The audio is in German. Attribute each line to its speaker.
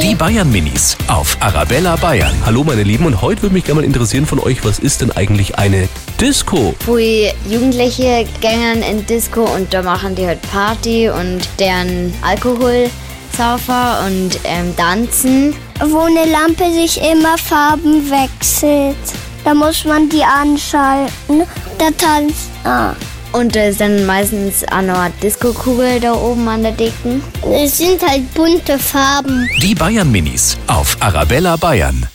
Speaker 1: Die Bayern Minis auf Arabella Bayern.
Speaker 2: Hallo meine Lieben und heute würde mich gerne mal interessieren von euch, was ist denn eigentlich eine Disco?
Speaker 3: wo die Jugendliche gängern in Disco und da machen die halt Party und deren Alkoholsaufer und ähm, tanzen.
Speaker 4: wo eine Lampe sich immer Farben wechselt. Da muss man die anschalten. Da tanzt. Ah.
Speaker 3: Und da ist dann meistens auch noch eine Disco-Kugel da oben an der Decken.
Speaker 4: Es sind halt bunte Farben.
Speaker 1: Die Bayern Minis auf Arabella Bayern.